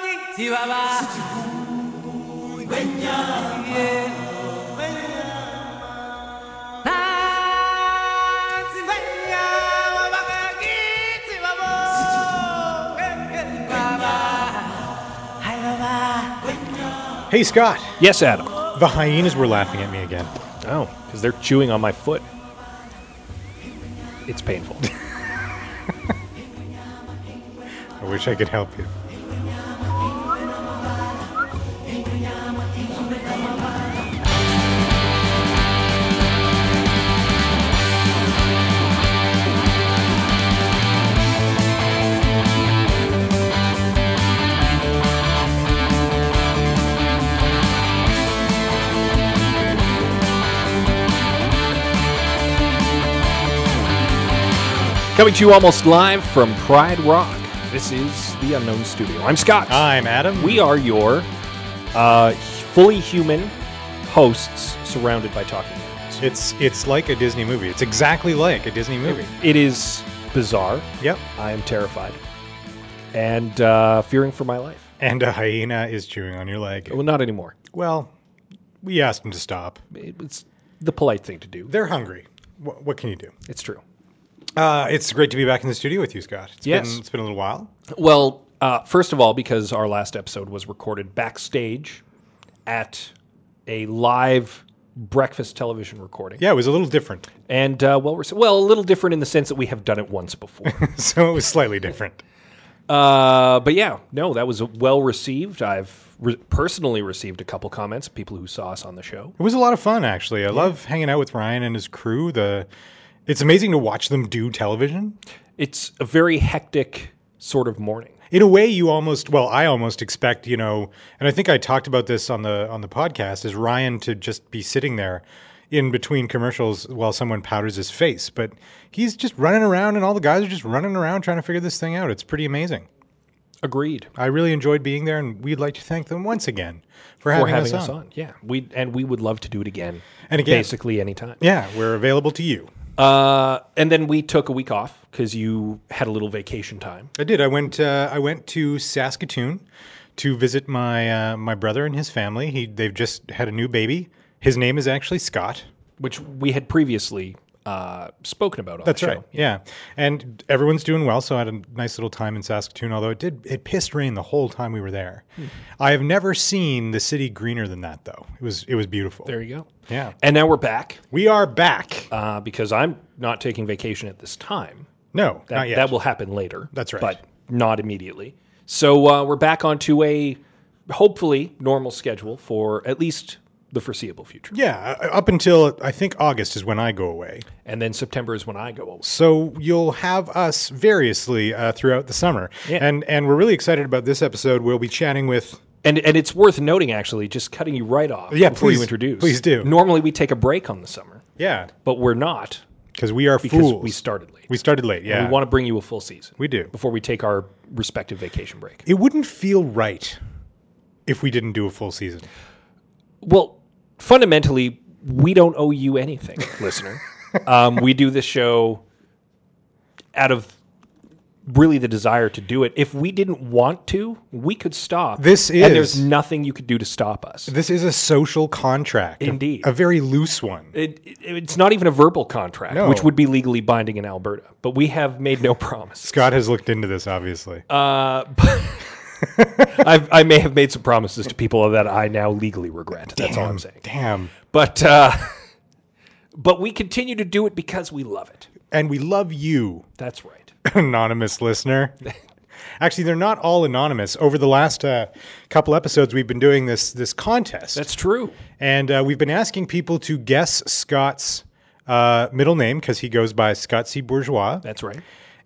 Chihuahua. Yeah. Ah, Chihuahua, wabakaki, Chihuahua. Eh, eh, Baba. Hi, Baba. Hey, Scott. Yes, Adam. The hyenas were laughing at me again. Oh, because they're chewing on my foot. It's painful. I wish I could help you. Coming to you almost live from Pride Rock. This is the Unknown Studio. I'm Scott. I'm Adam. we are your uh, fully human hosts surrounded by talking animals. It's it's like a Disney movie. It's exactly like a Disney movie. It is bizarre. Yep. I am terrified and uh, fearing for my life. And a hyena is chewing on your leg. Well, not anymore. Well, we asked him to stop. It- It's the polite thing to do. They're hungry. What, what can you do? It's true. Uh, it's great to be back in the studio with you, Scott. It's Yes. been it's been a little while. Well, uh, first of all, because our last episode was recorded backstage at a live breakfast television recording, Yeah, it was a little different. and uh, well, we're, well, a little different in the sense that we have done it once before. so it was slightly different. uh, but yeah, no, that was well received. I've re- personally received a couple comments, people who saw us on the show. It was a lot of fun, actually. I love hanging out with Ryan and his crew. The it's amazing to watch them do television. It's a very hectic sort of morning. In a way, you almost well, I almost expect you know, and I think I talked about this on the on the podcast is Ryan to just be sitting there in between commercials while someone powders his face, but he's just running around, and all the guys are just running around trying to figure this thing out. It's pretty amazing. Agreed. I really enjoyed being there, and we'd like to thank them once again for, For having, having us, on. yeah, we and we would love to do it again, And again. basically anytime. Yeah, we're available to you. Uh, and then we took a week off because you had a little vacation time. I did. I went. Uh, I went to Saskatoon to visit my uh, my brother and his family. He they've just had a new baby. His name is actually Scott. which we had previously uh, spoken about on That's the show. right. Yeah, and everyone's doing well. So I had a nice little time in Saskatoon. Although it did it pissed rain the whole time we were there. Hmm. I have never seen the city greener than that, though. It was it was beautiful. There you go. Yeah. And now we're back We are back. uh, because I'm not taking vacation at this time. no, That, not yet. that will happen later. That's right. But not immediately. So uh, we're back onto a hopefully normal schedule for at least the foreseeable future. yeah, uh, up until I think August is when I go away. And then September is when I go away. So you'll have us variously uh, throughout the summer, Yeah. and and we're really excited about this episode. We'll be chatting with And, and it's worth noting, actually, just cutting you right off Yeah, before please- you introduce. please do. Normally we take a break on the summer, yeah but we're not because we are because fools. we started late. We started late. Yeah, We want to bring you a full season. We do. before we take our respective vacation break. It wouldn't feel right if we didn't do a full season. Well, fundamentally, we don't owe you anything, listener. Um, we do this show out of really the desire to do it. If we didn't want to, we could stop. This and there's is- nothing you could do to stop us. This is a social contract, a- Indeed. a, very loose one. It, it- it's not even a verbal contract, No. which would be legally binding in Alberta, but we have made no promises. Scott has looked into this, obviously. Uh, but I've, I may have made some promises to people that I now legally regret. That's all I'm saying. Damn, but uh, but we continue to do it because we love it. and we love you. That's right. anonymous listener. Actually, they're not all anonymous. Over the last uh, couple episodes, we've been doing this this contest, That's true. and uh, we've been asking people to guess Scott's uh, middle name because he goes by Scott C. Bourgeois, That's right.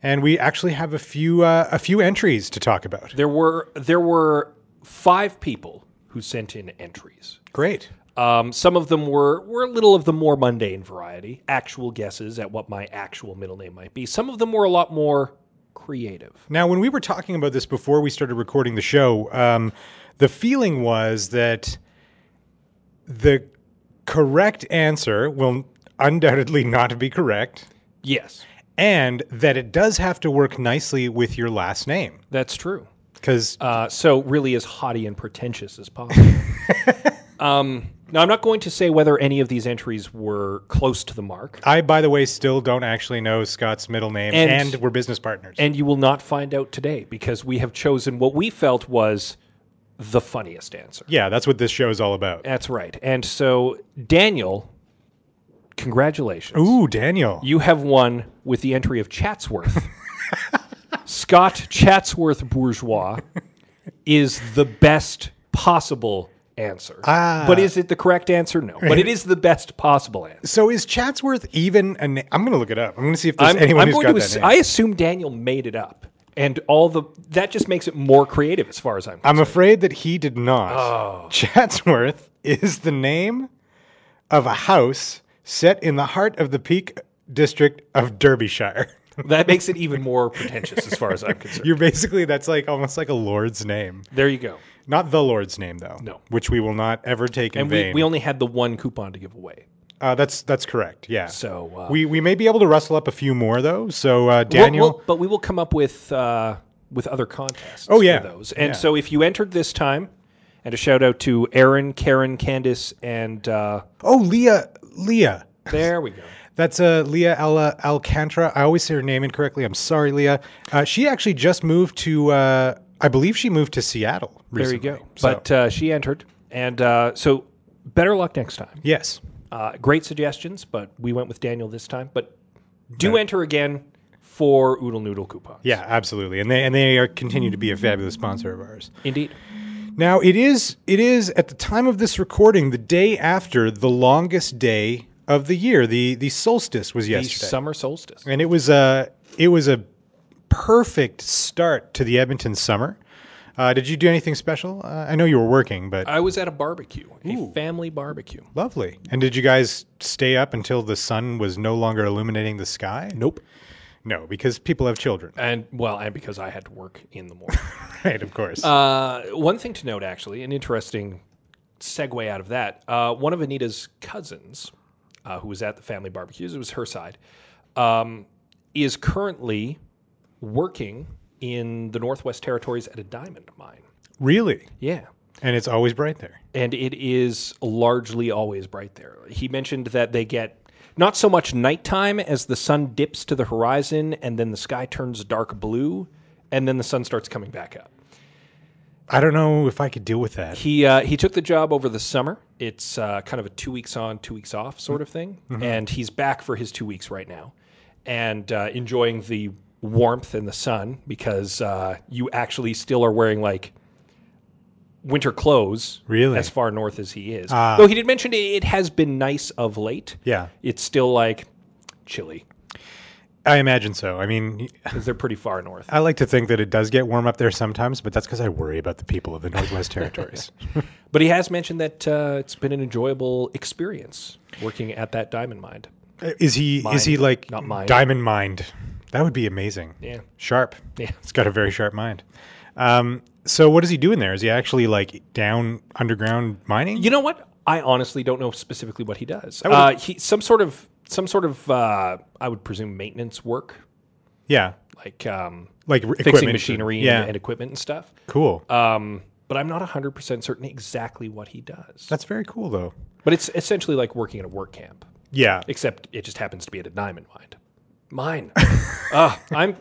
and we actually have a few uh, a few entries to talk about. There were there were five people who sent in entries. Great. Um, some of them were were a little of the more mundane variety, actual guesses at what my actual middle name might be. Some of them were a lot more creative. Now, when we were talking about this before we started recording the show, um, the feeling was that the correct answer will undoubtedly not be correct. Yes, and that it does have to work nicely with your last name. that's true. because Uh, so really as haughty and pretentious as possible. um, now, I'm not going to say whether any of these entries were close to the mark, I, by the way, still don't actually know Scott's middle name, And- and, we're business partners. and you will not find out today because we have chosen what we felt was the funniest answer. yeah, that's what this show is all about. That's right. And so, Daniel, congratulations. Ooh, Daniel. You have won with the entry of Chatsworth. Scott Chatsworth Bourgeois is the best possible answer. Ah. But is it the correct answer? No. But it is the best possible answer. so is Chatsworth even a na- I'm going to look it up. I'm going to see if there's I'm, anyone I'm who's going got to that ass- name. I assume Daniel made it up. And all the that just makes it more creative as far as I'm concerned. I'm afraid that he did not. Oh. Chatsworth is the name of a house set in the heart of the Peak District of Derbyshire. that makes it even more pretentious as far as I'm concerned. You're basically that's like almost like a lord's name, there you go. not the lord's name though. No. which we will not ever take in And we, vain. we only had the one coupon to give away. uh, that's that's correct. Yeah. So, uh, we we may be able to rustle up a few more though. So uh, Daniel, We'll- we'll- but we will come up with uh, with other contests. Oh, yeah. for those. And Yeah. so if you entered this time, and a shout out to Aaron, Karen, Candice, and uh, oh Leah, Leah. there we go. That's uh, Leah Ala Alcantara. I always say her name incorrectly. I'm sorry, Leah. Uh, she actually just moved to, uh, I believe she moved to Seattle There you recently. go. So, But uh, she entered, and uh, so better luck next time. yes. Uh, great suggestions, but we went with Daniel this time. But do enter again for Oodle Noodle coupons. Yeah, absolutely. And they and they are continue to be a fabulous sponsor of ours. indeed. Now it is it is at the time of this recording the day after the longest day of the year. The the solstice was The yesterday. summer solstice. and it was a it was a perfect start to the Edmonton summer. Uh, did you do anything special? Uh, I know you were working, but I was at a barbecue, a family barbecue. Lovely. And did you guys stay up until the sun was no longer illuminating the sky? Nope. No, because people have children. And well, and because I had to work in the morning. Right, of course. Uh, one thing to note, actually, an interesting segue out of that. Uh, one of Anita's cousins, uh, who was at the family barbecues, it was her side, um, is currently working in the Northwest Territories at a diamond mine. really? Yeah. And it's always bright there. And it is largely always bright there. He mentioned that they get not so much nighttime as the sun dips to the horizon and then the sky turns dark blue and then the sun starts coming back up. I don't know if I could deal with that. He uh, he took the job over the summer. It's uh, kind of a two weeks on, two weeks off sort of thing, Mm-hmm. and he's back for his two weeks right now, and uh, enjoying the warmth and the sun because uh, you actually still are wearing like winter clothes. Really? Ah. as far north as he is. Though he did mention it, it has been nice of late. Yeah. it's still like chilly I imagine so. I mean, because they're pretty far north. I like to think that it does get warm up there sometimes, but that's because I worry about the people of the Northwest Territories. But he has mentioned that uh, it's been an enjoyable experience working at that diamond mine. Uh, Is he is he Mind, like not mind. diamond mind? That would be amazing. Yeah. Sharp. Yeah. It's got a very sharp mind. Um, so what is he doing there? Is he actually like down underground mining? You know what? I honestly don't know specifically what he does. Uh, he some sort of some sort of uh, I would presume maintenance work, yeah. like um, like re- fixing equipment. machinery and- Yeah, and, equipment and stuff. cool. Um, but I'm not 100% certain exactly what he does. That's very cool, though. But it's essentially like working at a work camp, Yeah, except it just happens to be at a diamond mine. Mine. uh, I'm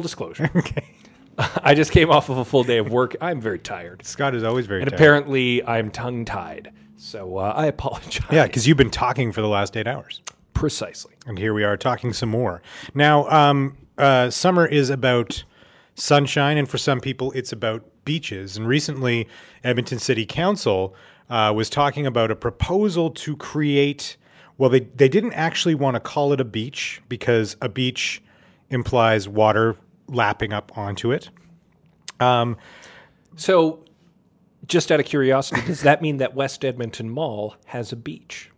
disclosure. Okay. I just came off of a full day of work. I'm very tired. Scott is always very. And tired. apparently I'm tongue tied. So uh, I apologize. yeah, because you've been talking for the last eight hours, Precisely. and here we are talking some more. Now, um, uh, summer is about sunshine, and for some people, it's about beaches. And recently, Edmonton City Council uh, was talking about a proposal to create. Well, they they didn't actually want to call it a beach because a beach implies water lapping up onto it. So, just out of curiosity, does that mean that West Edmonton Mall has a beach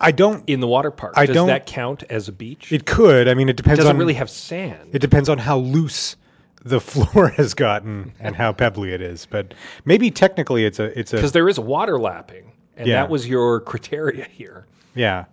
I don't. in the water park? I does don't- that count as a beach? It It could. I mean, it depends doesn't on really have sand. It depends on how loose the floor has gotten and how pebbly it is. But maybe technically it's a it's a Because there is water lapping, and Yeah. that was your criteria here. yeah.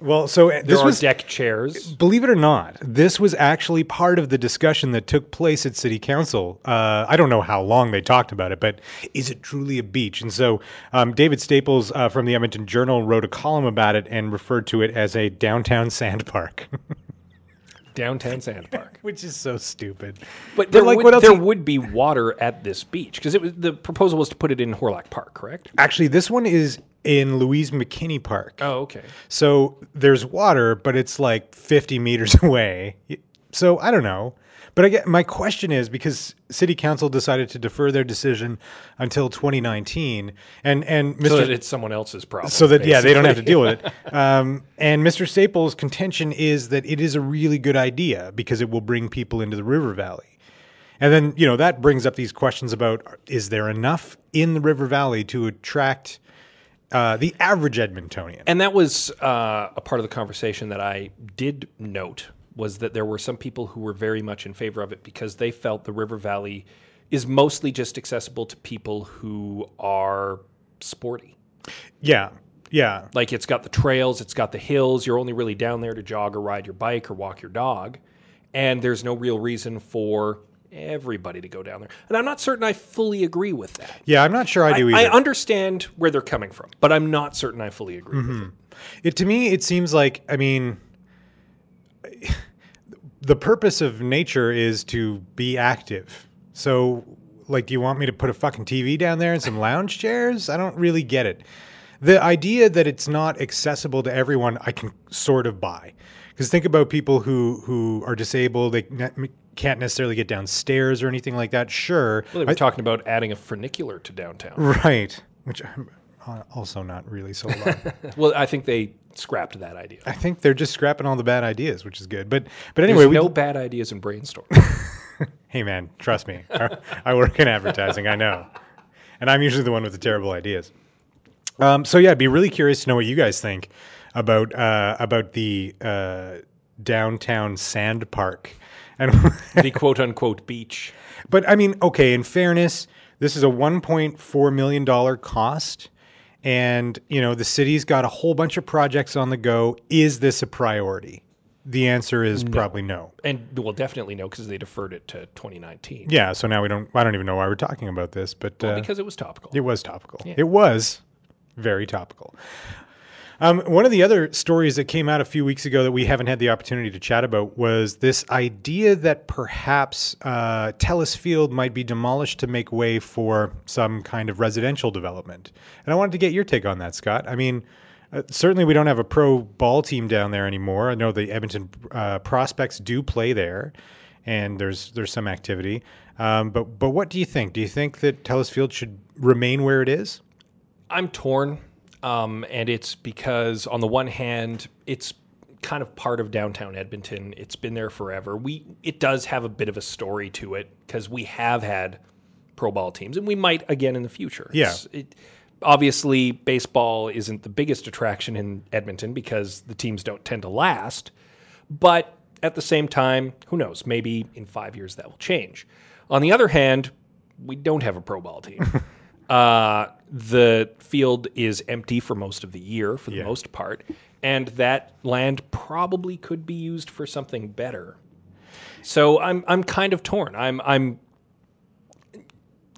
Well, so uh, There this are was deck chairs. Believe it or not, this was actually part of the discussion that took place at City Council. Uh, I don't know how long they talked about it, but is it truly a beach? And so um, David Staples uh, from the Edmonton Journal wrote a column about it and referred to it as a downtown sand park, Downtown Sand Park. which is so stupid. But there, like, would, what else there you- would be water at this beach because it was the proposal was to put it in Horlock Park, correct? Actually, this one is in Louise McKinney Park. Oh, okay. So there's water, but it's like 50 meters away. So I don't know. But I get my question is because city council decided to defer their decision until 2019 and and Mr. So that it's someone else's problem. so that yeah, they don't have to basically. deal with it. Um, and Mr. Staples' contention is that it is a really good idea because it will bring people into the river valley. And then you know that brings up these questions about is there enough in the river valley to attract uh, the average Edmontonian? And that was uh, a part of the conversation that I did note was that there were some people who were very much in favor of it because they felt the River Valley is mostly just accessible to people who are sporty. Yeah, yeah. Like it's got the trails, it's got the hills. You're only really down there to jog or ride your bike or walk your dog. And there's no real reason for everybody to go down there. And I'm not certain I fully agree with that. Yeah, I'm not sure I I, do I either. understand where they're coming from, but I'm not certain I fully agree with it. it to me it seems like I mean the purpose of nature is to be active. So like do you want me to put a fucking TV down there and some lounge chairs? I don't really get it. The idea that it's not accessible to everyone I can sort of buy. Cuz think about people who who are disabled, they ne- can't necessarily get downstairs or anything like that. Sure. Well, they were talking about adding a funicular to downtown. Right. Which I'm uh, also not really sold on. well, I think they scrapped that idea. I think they're just scrapping all the bad ideas, which is good. But but There's anyway, we, no bad ideas in brainstorm. hey man, trust me, I work in advertising. I know, and I'm usually the one with the terrible ideas. Um, so yeah, I'd be really curious to know what you guys think about uh, about the uh, downtown sand park. And the quote unquote beach. but I mean, okay, in fairness, this is a 1.4 million dollar cost. And you know the city's got a whole bunch of projects on the go. Is this a priority? The answer is probably no. And well, definitely no, because they deferred it to 2019 Yeah, so now we don't. I don't even know why we're talking about this, but uh, because it was topical. it was topical. It was very topical. Um, one of the other stories that came out a few weeks ago that we haven't had the opportunity to chat about was this idea that perhaps uh, Telus Field might be demolished to make way for some kind of residential development. And I wanted to get your take on that, Scott. I mean, uh, certainly we don't have a pro ball team down there anymore. I know the Edmonton uh, prospects do play there, and there's there's some activity. Um, but but what do you think? Do you think that Telus Field should remain where it is? I'm torn, um, and it's because on the one hand, it's kind of part of downtown Edmonton. It's been there forever. We it does have a bit of a story to it because we have had pro ball teams, and we might again in the future. Yeah. It's- it- obviously, baseball isn't the biggest attraction in Edmonton because the teams don't tend to last, but at the same time, who knows? Maybe in five years that will change. On the other hand, we don't have a pro ball team. Uh, the field is empty for most of the year, for the most part, and that land probably could be used for something better. So I'm I'm kind of torn. I'm I'm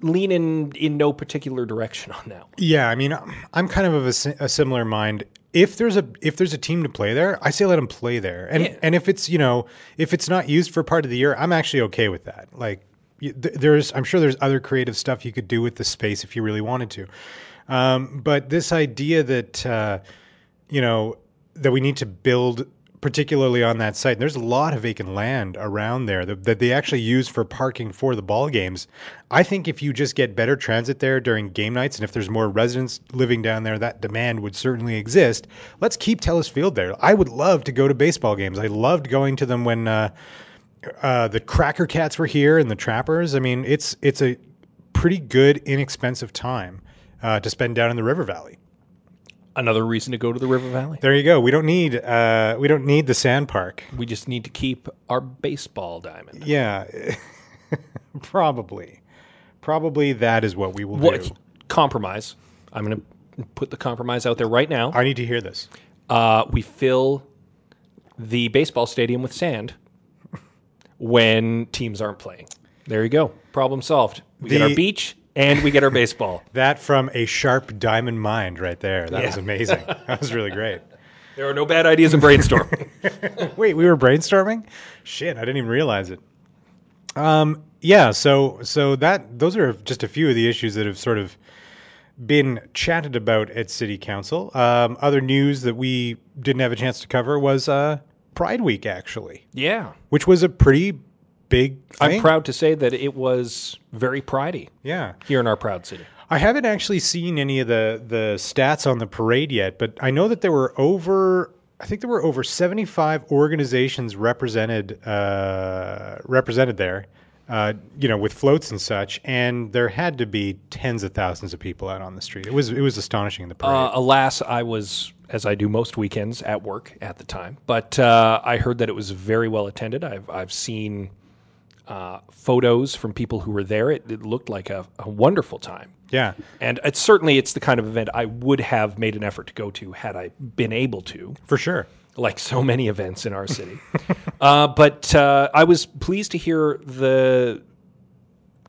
leaning in no particular direction on that. One. Yeah, I mean, I'm kind of of a, si- a similar mind. If there's a if there's a team to play there, I say let them play there. And Yeah. and if it's you know if it's not used for part of the year, I'm actually okay with that. Like y- th- there's I'm sure there's other creative stuff you could do with the space if you really wanted to. Um, but this idea that uh, you know that we need to build particularly on that site there's a lot of vacant land around there that, that they actually use for parking for the ball games i think if you just get better transit there during game nights and if there's more residents living down there that demand would certainly exist let's keep telus field there i would love to go to baseball games i loved going to them when uh, uh, the Cracker Cats were here and the Trappers. I mean, it's it's a pretty good, inexpensive time uh, to spend down in the River Valley. Another reason to go to the River Valley. There you go. We don't need uh, we don't need the sand park. We just need to keep our baseball diamond. Yeah, probably, probably that is what we will do. What compromise? I'm going to put the compromise out there right now. I need to hear this. Uh, we fill the baseball stadium with sand when teams aren't playing. There you go. Problem solved. We get The- our beach and we get our baseball. That from a sharp diamond mind right there. That Yeah. was amazing. that was really great. There are no bad ideas in brainstorm. Wait, we were brainstorming? Shit, I didn't even realize it. Um, yeah, so so that those are just a few of the issues that have sort of been chatted about at City Council. Um, other news that we didn't have a chance to cover was uh, Pride Week, actually, yeah. which was a pretty big. I'm thing. proud to say that it was very pridey Yeah, here in our proud city. I haven't actually seen any of the the stats on the parade yet, but I know that there were over. I think there were over seventy five organizations represented uh, represented there. Uh, you know, with floats and such, and there had to be tens of thousands of people out on the street. It was it was astonishing the parade. Uh, alas, I was, as I do most weekends, at work at the time. But uh, I heard that it was very well attended. I've, I've seen uh, photos from people who were there. It, it looked like a, a wonderful time. yeah, And it's certainly it's the kind of event I would have made an effort to go to had I been able to, for sure. like so many events in our city. uh, but uh, I was pleased to hear the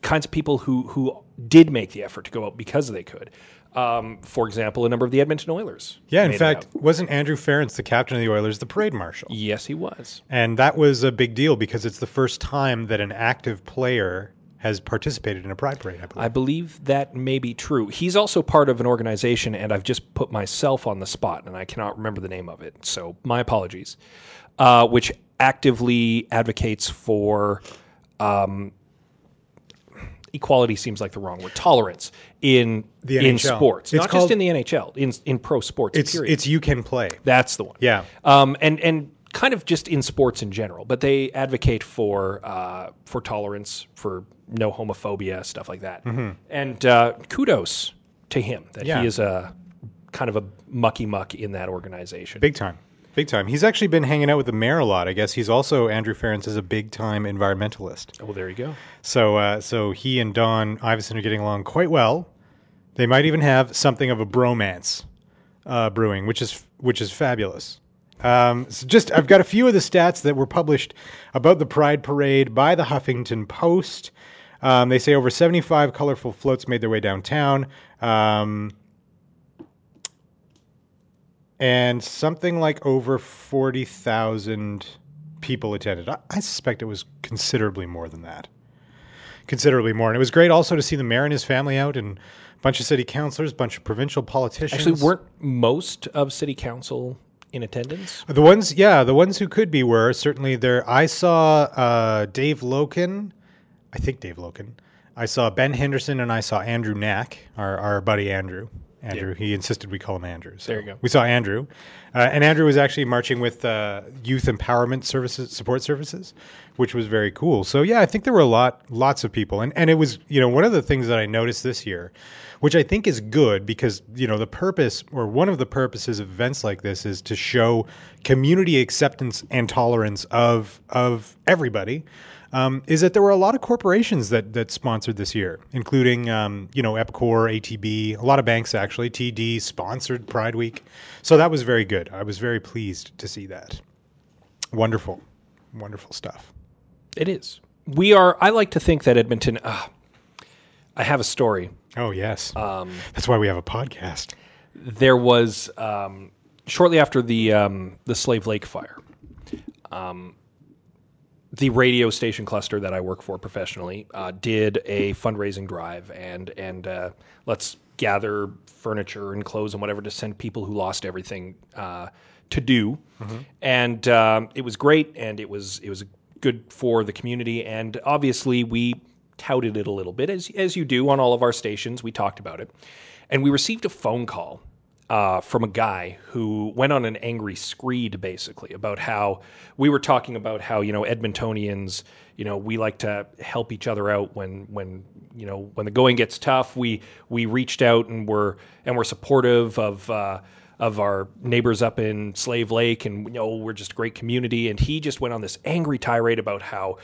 kinds of people who who did make the effort to go out because they could. Um, for example, a number of the Edmonton Oilers. Yeah, in made it fact, out. wasn't Andrew Ference the captain of the Oilers the parade marshal? yes, he was. And that was a big deal because it's the first time that an active player has participated in a pride parade. I believe. I believe that may be true. He's also part of an organization, and I've just put myself on the spot, and I cannot remember the name of it. So my apologies. Uh, which actively advocates for um, equality seems like the wrong word tolerance in The in NHL. sports, It's not called- just in the NHL, in in pro sports. it's period. it's you can play. That's the one. Yeah. Um, and and kind of just in sports in general, but they advocate for uh, for tolerance, for no homophobia, stuff like that. And uh, kudos to him that Yeah. he is a kind of a mucky muck in that organization. Big time. Big time. He's actually been hanging out with the mayor a lot. I guess he's also Andrew Ference is a big time environmentalist. well, there you go. So uh, so he and Don Iverson are getting along quite well. They might even have something of a bromance uh, brewing, which is which is fabulous. Um, so just I've got a few of the stats that were published about the Pride Parade by the Huffington Post. Um, they say over 75 colorful floats made their way downtown. Um, and something like over 40,000 people attended. I, I suspect it was considerably more than that. Considerably more. And it was great also to see the mayor and his family out and a bunch of city councilors, a bunch of provincial politicians. Actually, weren't most of city council in attendance? The ones, yeah, the ones who could be were certainly there. I saw uh, Dave Loken, I think Dave Loken. I saw Ben Henderson and I saw Andrew Knack, our, our buddy Andrew. Andrew, he insisted we call him Andrew. So There you go. We saw Andrew, uh, and Andrew was actually marching with uh, Youth Empowerment Services Support Services, which was very cool. So yeah, I think there were a lot, lots of people, and and it was you know one of the things that I noticed this year, which I think is good because you know the purpose or one of the purposes of events like this is to show community acceptance and tolerance of of everybody. Um, is that there were a lot of corporations that that sponsored this year, including um, you know Epcor, ATB, a lot of banks actually. TD sponsored Pride Week, so that was very good. I was very pleased to see that. Wonderful, wonderful stuff. It is. We are. I like to think that Edmonton. Uh, I have a story. Oh yes, that's why we have a podcast. there was um, shortly after the um, the Slave Lake fire. Um, the radio station cluster that I work for professionally uh, did a fundraising drive and and uh, let's gather furniture and clothes and whatever to send people who lost everything uh, to do, and um, it was great and it was it was good for the community and obviously we touted it a little bit as as you do on all of our stations. We talked about it, and we received a phone call uh, from a guy who went on an angry screed basically about how we were talking about how you know Edmontonians you know we like to help each other out when when you know when the going gets tough we we reached out and we're and we're supportive of. Uh, of our neighbors up in Slave Lake, and you know we're just a great community. And he just went on this angry tirade about how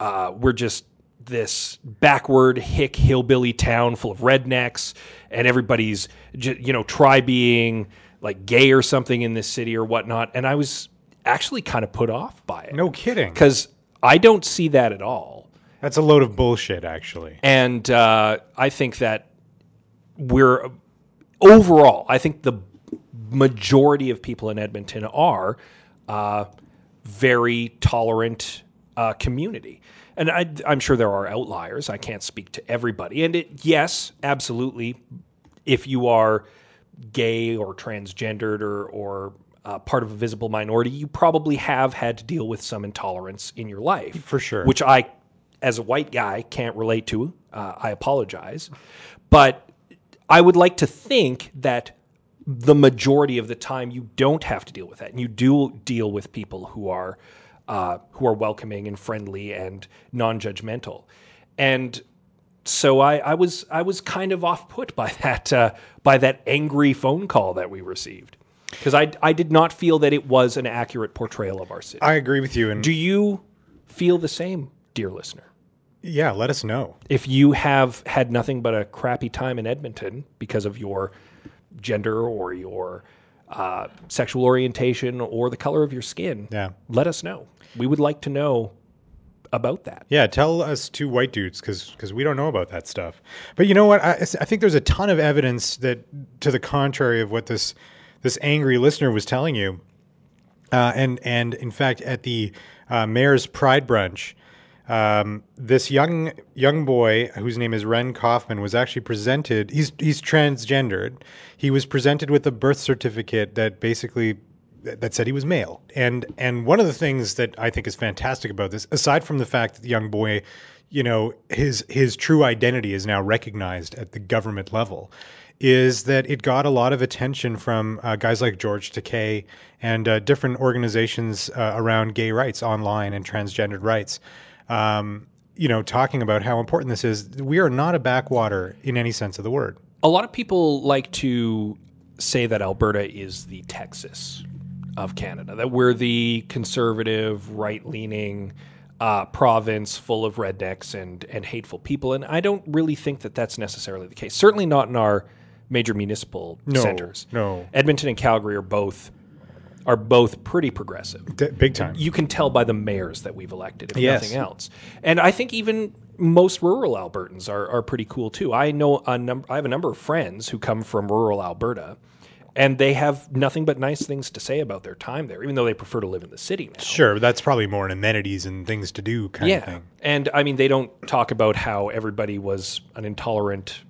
uh, we're just this backward hick hillbilly town full of rednecks and everybody's ju- you know try being like gay or something in this city or whatnot, and I was actually kind of put off by it No kidding. because I don't see that at all. That's a load of bullshit, actually. And uh, I think that we're overall, I think the majority of people in Edmonton are uh, very tolerant uh, community. And I, I'm sure there are outliers. I can't speak to everybody. And it, yes, absolutely. If you are gay or transgendered or, or uh, part of a visible minority, you probably have had to deal with some intolerance in your life. For sure. Which I, as a white guy, can't relate to. Uh, I apologize. But I would like to think that the majority of the time you don't have to deal with that, and you do deal with people who are uh, who are welcoming and friendly and non-judgmental. And so I, I was I was kind of off put by that uh, by that angry phone call that we received because I I did not feel that it was an accurate portrayal of our city. I agree with you. And do you feel the same, dear listener? yeah, let us know. if you have had nothing but a crappy time in Edmonton because of your gender or your uh, sexual orientation or the color of your skin, Yeah. let us know. We would like to know about that. Yeah, tell us two white dudes because we don't know about that stuff. But you know what? I, I think there's a ton of evidence that to the contrary of what this this angry listener was telling you. Uh, and and in fact, at the uh, mayor's pride brunch, um, this young young boy whose name is Ren Kaufman was actually presented. He's he's transgendered. He was presented with a birth certificate that basically that that said he was male. And and one of the things that I think is fantastic about this, aside from the fact that the young boy, you know, his his true identity is now recognized at the government level, is that it got a lot of attention from uh, guys like George Takei and uh, different organizations uh, around gay rights online and transgendered rights. Um, you know, talking about how important this is. We are not a backwater in any sense of the word. A lot of people like to say that Alberta is the Texas of Canada, that we're the conservative, right leaning uh, province full of rednecks and, and hateful people. And I don't really think that that's necessarily the case, certainly not in our major municipal centers. no. Edmonton and Calgary are both. Are both pretty progressive D- big time. you can tell by the mayors that we've elected, if Yes. nothing else. And I think even most rural Albertans are, are pretty cool too. I know a number. I have a number of friends who come from rural Alberta, and they have nothing but nice things to say about their time there, even though they prefer to live in the city now. Sure, but that's probably more an amenities and things to do kind of Yeah, thing. and I mean they don't talk about how everybody was an intolerant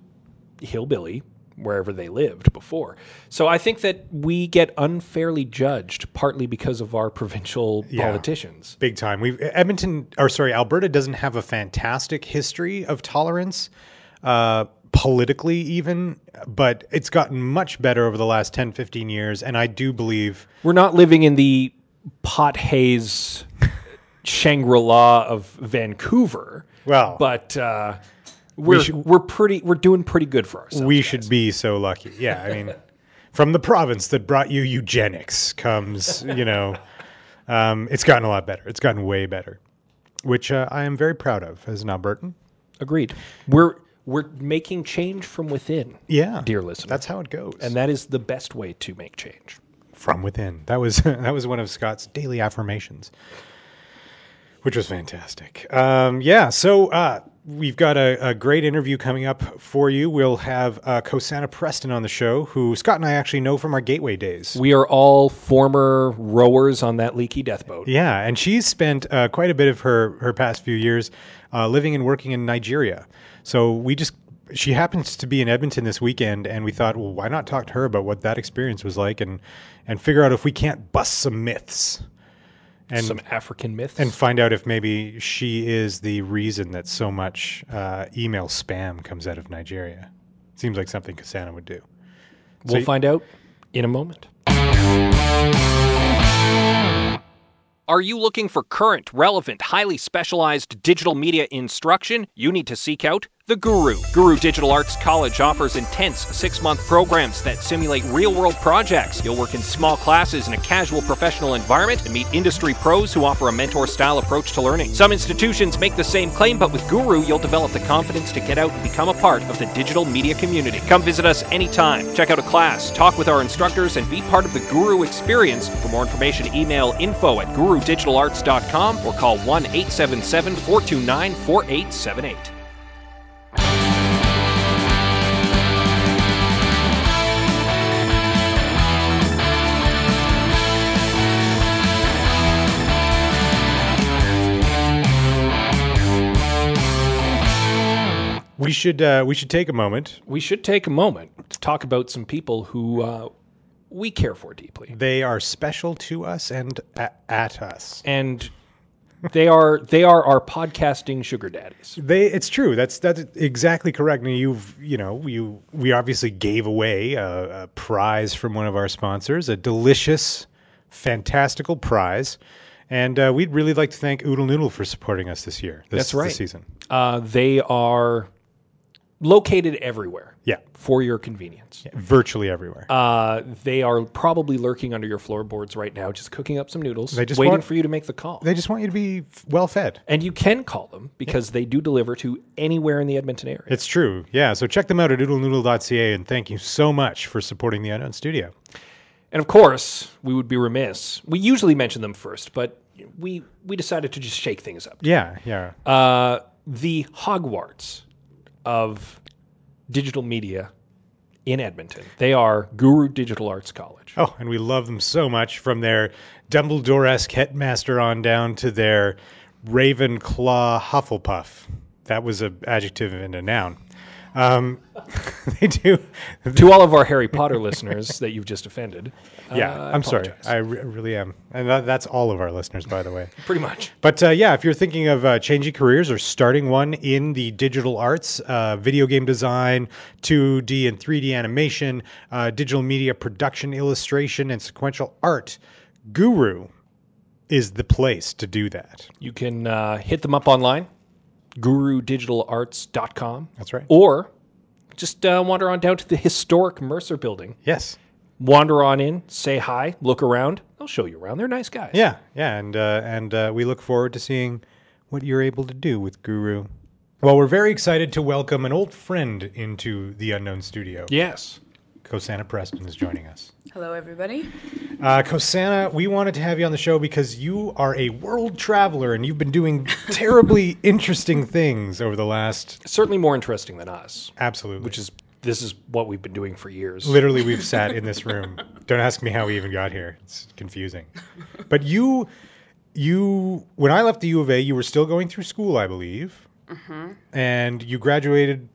hillbilly wherever they lived before. So I think that we get unfairly judged partly because of our provincial politicians. Big time. We've Edmonton, or sorry, Alberta doesn't have a fantastic history of tolerance, uh, politically even, but it's gotten much better over the last 10, 15 years. And I do believe We're not living in the pot haze Shangri La of Vancouver. Well. but uh, we're we should- are pretty we're doing pretty good for ourselves. we should be so lucky. Yeah, I mean, from the province that brought you eugenics comes, you know, um, it's gotten a lot better. It's gotten way better, which uh, I am very proud of as an Albertan. Agreed. We're we're making change from within. Yeah, dear listener, that's how it goes. and that is the best way to make change. from within. That was that was one of Scott's daily affirmations, which was fantastic. Um, yeah, so uh, we've got a, a great interview coming up for you. We'll have uh, Kosana Preston on the show, who Scott and I actually know from our Gateway days. We are all former rowers on that leaky death boat. Yeah, and she's spent uh, quite a bit of her her past few years uh, living and working in Nigeria. So we just she happens to be in Edmonton this weekend, and we thought, well, why not talk to her about what that experience was like, and and figure out if we can't bust some myths. And Some African myths. and find out if maybe she is the reason that so much uh, email spam comes out of Nigeria. Seems like something Kasana would do. we'll so- find out in a moment. Are you looking for current, relevant, highly specialized digital media instruction? You need to seek out The Guru. Guru Digital Arts College offers intense six month programs that simulate real world projects. You'll work in small classes in a casual professional environment and meet industry pros who offer a mentor style approach to learning. Some institutions make the same claim, but with Guru, you'll develop the confidence to get out and become a part of the digital media community. Come visit us anytime. Check out a class, talk with our instructors, and be part of the Guru experience. For more information, email info at gurudigitalarts.com or call 1 877 429 4878. We should uh, we should take a moment. We should take a moment to talk about some people who uh, we care for deeply, They are special to us and a- at us. and they are they are our podcasting sugar daddies. They, it's true. That's that's exactly correct. And you've, you know, you we obviously gave away a, a prize from one of our sponsors, a delicious, fantastical prize, and uh, we'd really like to thank Oodle Noodle for supporting us this year. This, That's right. This season. Uh, they are located everywhere Yeah, for your convenience. virtually everywhere. Uh, they are probably lurking under your floorboards right now, just cooking up some noodles, They just waiting want- for you to make the call. they just want you to be f- well fed. and you can call them because they do deliver to anywhere in the Edmonton area. It's true. Yeah. So check them out at oodlenoodle.ca and thank you so much for supporting the Unknown Studio. And of course, we would be remiss. We usually mention them first, but we we decided to just shake things up. Yeah. Yeah. Uh, the Hogwarts of digital media in Edmonton. They are Guru Digital Arts College. Oh, and we love them so much from their Dumbledore-esque headmaster on down to their Ravenclaw Hufflepuff. That was an adjective and a noun. Um, they do. To all of our Harry Potter listeners that you've just offended, Yeah, uh, I I'm sorry. apologize. I re- really am. And that, that's all of our listeners, by the way. pretty much. But uh, yeah, if you're thinking of uh, changing careers or starting one in the digital arts, uh, video game design, 2D and 3D animation, uh, digital media production, illustration, and sequential art, Guru is the place to do that. You can uh, hit them up online, gurudigitalarts.com. That's right. Or just uh, wander on down to the historic Mercer building. Yes. Wander on in, say hi, look around. They'll show you around. They're nice guys. Yeah. Yeah. And uh, and uh, we look forward to seeing what you're able to do with Guru. Well, we're very excited to welcome an old friend into the Unknown Studio. Yes. Kosana Preston is joining us. Hello, everybody. Uh, Kosana, we wanted to have you on the show because you are a world traveler and you've been doing terribly interesting things over the last. Certainly more interesting than us, Absolutely. which is this is what we've been doing for years. literally we've sat in this room. Don't ask me how we even got here. It's confusing. But you, you, when I left the U of A, you were still going through school, I believe, Mm-hmm. and you graduated.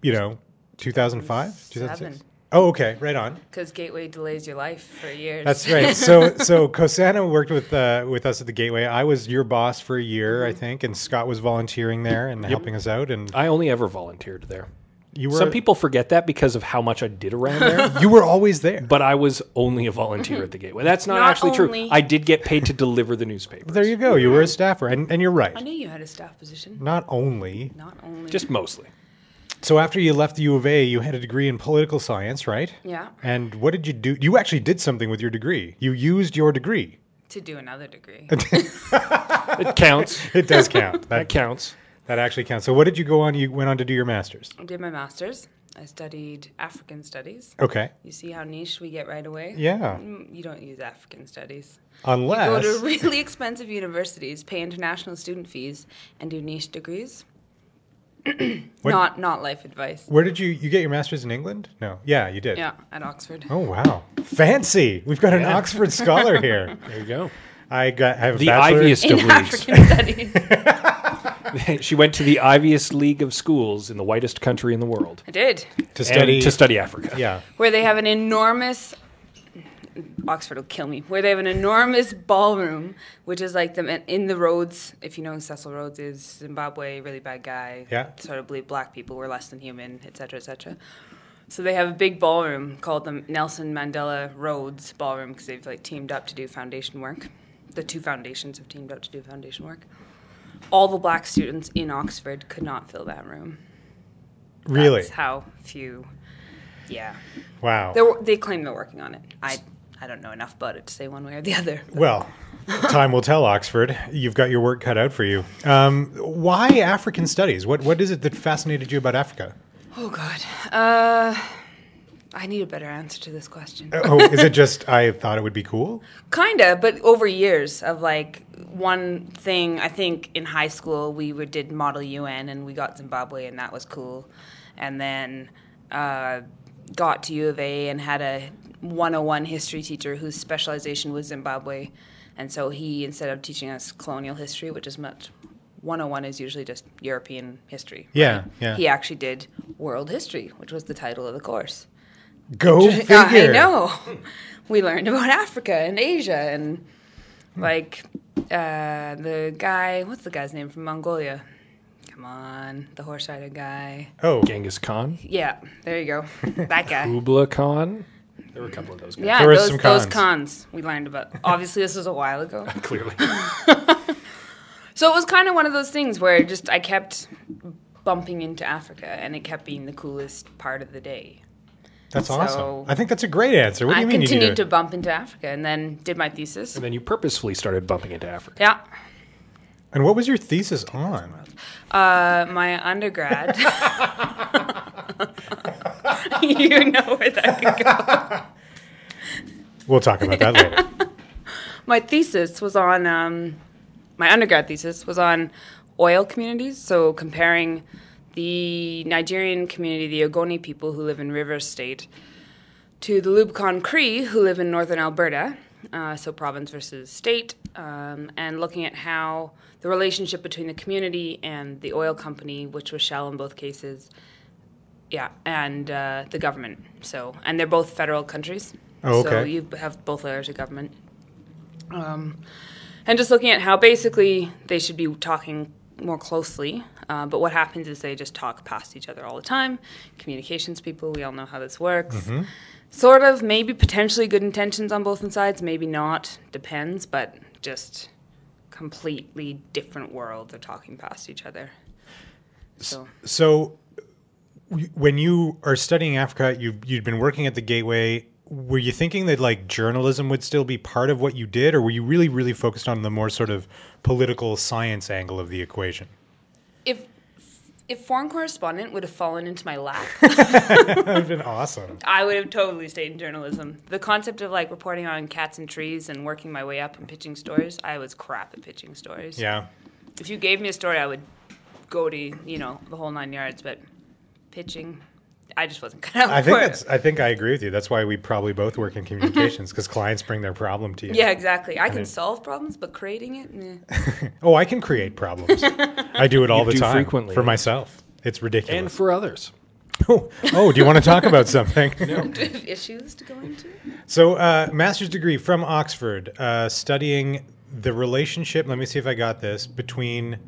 You know, two thousand five, two thousand six. Seven. Oh, okay, right on. Because Gateway delays your life for years. That's right. So so Kosana worked with uh, with us at the Gateway. I was your boss for a year, Mm-hmm. I think, and Scott was volunteering there and helping us out. And I only ever volunteered there. you were Some people forget that because of how much I did around there, you were always there. but I was only a volunteer at the gateway. That's not, Mm-hmm. Not actually true. only. I did get paid to deliver the newspaper. there you go. You were a staffer, and, and you're I right. knew you had a staff position. Not only Not only. Just mostly. so after you left the U of A, you had a degree in political science, right? Yeah. And what did you do? You actually did something with your degree. You used your degree. to do another degree. It counts. It does count. That that, counts. that actually counts. So what did you go on? You went on to do your master's. I did my master's. I studied African studies. Okay. You see how niche we get right away? Yeah. Mm, You don't use African studies. Unless Go to really expensive universities, pay international student fees, and do niche degrees. not not life advice. Where did you you get your master's in England? No. Yeah, you did. Yeah, at Oxford. Oh wow, fancy! We've got an Oxford scholar here. There you go. I got I have a The bachelor. iviest In of leagues. African studies. she went to the iviest league of schools in the whitest country in the world I did. to and study. to study Africa. yeah, where they have an enormous Oxford will kill me. Where they have an enormous ballroom, which is like them in- in the Rhodes. If you know who Cecil Rhodes is, Zimbabwe, really bad guy. Yeah. Sort of believe black people were less than human, etc., cetera, etc. So they have a big ballroom called the Nelson Mandela Rhodes Ballroom because they've like teamed up to do foundation work. The two foundations have teamed up to do foundation work. All the black students in Oxford could not fill that room. Really? That's how few. Yeah. Wow. They're, they claim they're working on it. I I don't know enough about it to say one way or the other. Well, time will tell, Oxford. You've got your work cut out for you. Um, why African studies? What What is it that fascinated you about Africa? Oh God. Uh, I need a better answer to this question. Oh, is it just I thought it would be cool? Kinda, but over years of like one thing. I think in high school we would, did Model UN and we got Zimbabwe and that was cool, and then uh, got to U of A and had a 101 history teacher whose specialization was Zimbabwe, and so he instead of teaching us colonial history, which is much 101 is usually just European history. Yeah, yeah. He actually did world history, which was the title of the course. Go figure. uh, I know. We learned about Africa and Asia and like uh, the guy. What's the guy's name from Mongolia? Come on, the horse rider guy. Oh, Genghis Khan, Yeah, there you go. That guy. Kubla Khan. There were a couple of those guys. Yeah, There were those some those cons. cons we learned about. Obviously, this was a while ago. Clearly, So it was kind of one of those things where just I kept bumping into Africa, and it kept being the coolest part of the day. that's so- awesome. I think that's a great answer. What do I you mean? continued you need to bump into Africa, and then did my thesis. and then you purposefully started bumping into Africa. Yeah, And what was your thesis on? uh, my undergrad. you know where that could go. We'll talk about that later. My thesis was on um, my undergrad thesis was on oil communities, so comparing the Nigerian community, the Ogoni people who live in Rivers State, to the Lubcon Cree who live in northern Alberta, uh, so province versus state, um, and looking at how the relationship between the community and the oil company, which was Shell in both cases, yeah, and uh, the government. So, and they're both federal countries. Oh, So okay. you have both layers of government. Um, and just looking at how basically they should be talking more closely. Uh, but what happens is they just talk past each other all the time. Communications people, we all know how this works. Sort of, maybe potentially good intentions on both sides, maybe not, depends, but just completely different world. They're talking past each other. So, So, w- when you are studying Africa, you you'd been working at the Gateway. Were you thinking that like journalism would still be part of what you did, or were you really really focused on the more sort of political science angle of the equation? if if foreign correspondent would have fallen into my lap, That would have been awesome. I would have totally stayed in journalism. The concept of like reporting on cats and trees and working my way up and pitching stories, I was crap at pitching stories. Yeah. If you gave me a story, I would go to you know the whole nine yards. But pitching, I just wasn't cut out I for think it. that's. I think I agree with you. That's why we probably both work in communications because clients bring their problem to you. Yeah, exactly. I can solve problems, but creating it, meh. Oh, I can create problems. I do it all the You do time frequently. for myself. It's And ridiculous. for others, oh, oh, do you want to talk about something? issues to go into. So, uh, master's degree from Oxford, uh, studying the relationship. Let me see if I got this between